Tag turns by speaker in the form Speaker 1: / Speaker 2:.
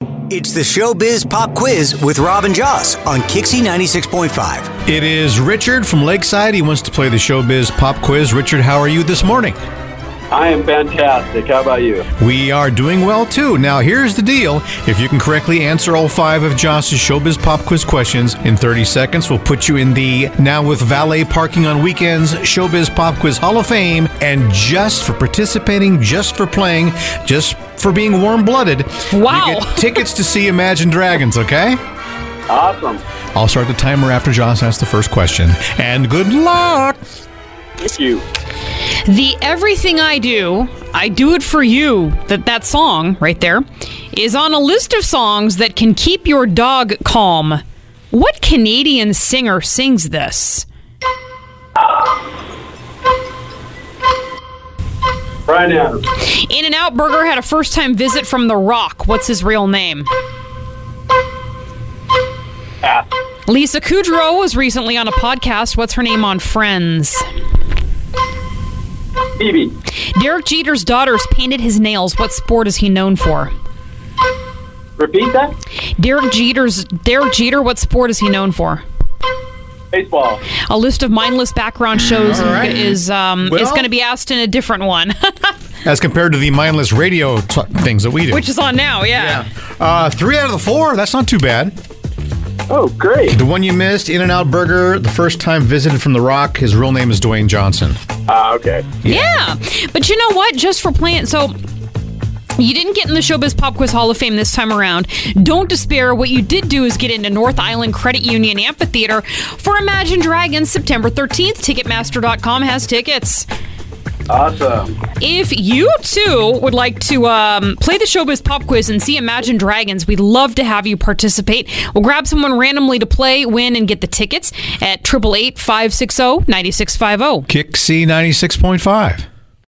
Speaker 1: It's the Showbiz Pop Quiz with Rob and Joss on Kixie 96.5.
Speaker 2: It is Richard from Lakeside. He wants to play the Showbiz Pop Quiz. Richard, how are you this morning?
Speaker 3: I am fantastic. How about you?
Speaker 2: We are doing well too. Now, here's the deal. If you can correctly answer all five of Joss's Showbiz Pop Quiz questions in 30 seconds, we'll put you in the Now with Valet Parking on Weekends Showbiz Pop Quiz Hall of Fame. And just for participating, just for playing, just for being warm blooded,
Speaker 4: Wow.
Speaker 2: you get tickets to see Imagine Dragons, okay?
Speaker 3: Awesome.
Speaker 2: I'll start the timer after Joss asks the first question. And good luck!
Speaker 3: Thank you.
Speaker 4: The Everything I Do, I Do It For You, that that song right there, is on a list of songs that can keep your dog calm. What Canadian singer sings this?
Speaker 3: Brian Adams.
Speaker 4: In and Out Burger had a first time visit from The Rock. What's his real name?
Speaker 3: Pass.
Speaker 4: Lisa Kudrow was recently on a podcast. What's her name on Friends?
Speaker 3: Phoebe.
Speaker 4: Derek Jeter's daughters painted his nails. What sport is he known for?
Speaker 3: Repeat that.
Speaker 4: Derek Jeter's Derek Jeter, what sport is he known for?
Speaker 3: Baseball.
Speaker 4: a list of mindless background shows
Speaker 2: All right.
Speaker 4: is um,
Speaker 2: Well-
Speaker 4: is going to be asked in a different one,
Speaker 2: As compared to the mindless radio t- things that we do.
Speaker 4: which is on now. Yeah.
Speaker 2: Uh, three out of the four. That's not too bad.
Speaker 3: Oh, great.
Speaker 2: The one you missed, In and Out Burger, the first time visited from The Rock. His real name is Dwayne Johnson.
Speaker 3: Ah, okay.
Speaker 4: yeah, But you know what? Just for playing, so. You didn't get in the Showbiz Pop Quiz Hall of Fame this time around. Don't despair. What you did do is get into North Island Credit Union Amphitheater for Imagine Dragons September 13th. Ticketmaster.com has tickets.
Speaker 3: Awesome.
Speaker 4: If you too would like to um, play the Showbiz Pop Quiz and see Imagine Dragons, we'd love to have you participate. We'll grab someone randomly to play, win, and get the tickets at 888 560 9650.
Speaker 2: Kick C96.5.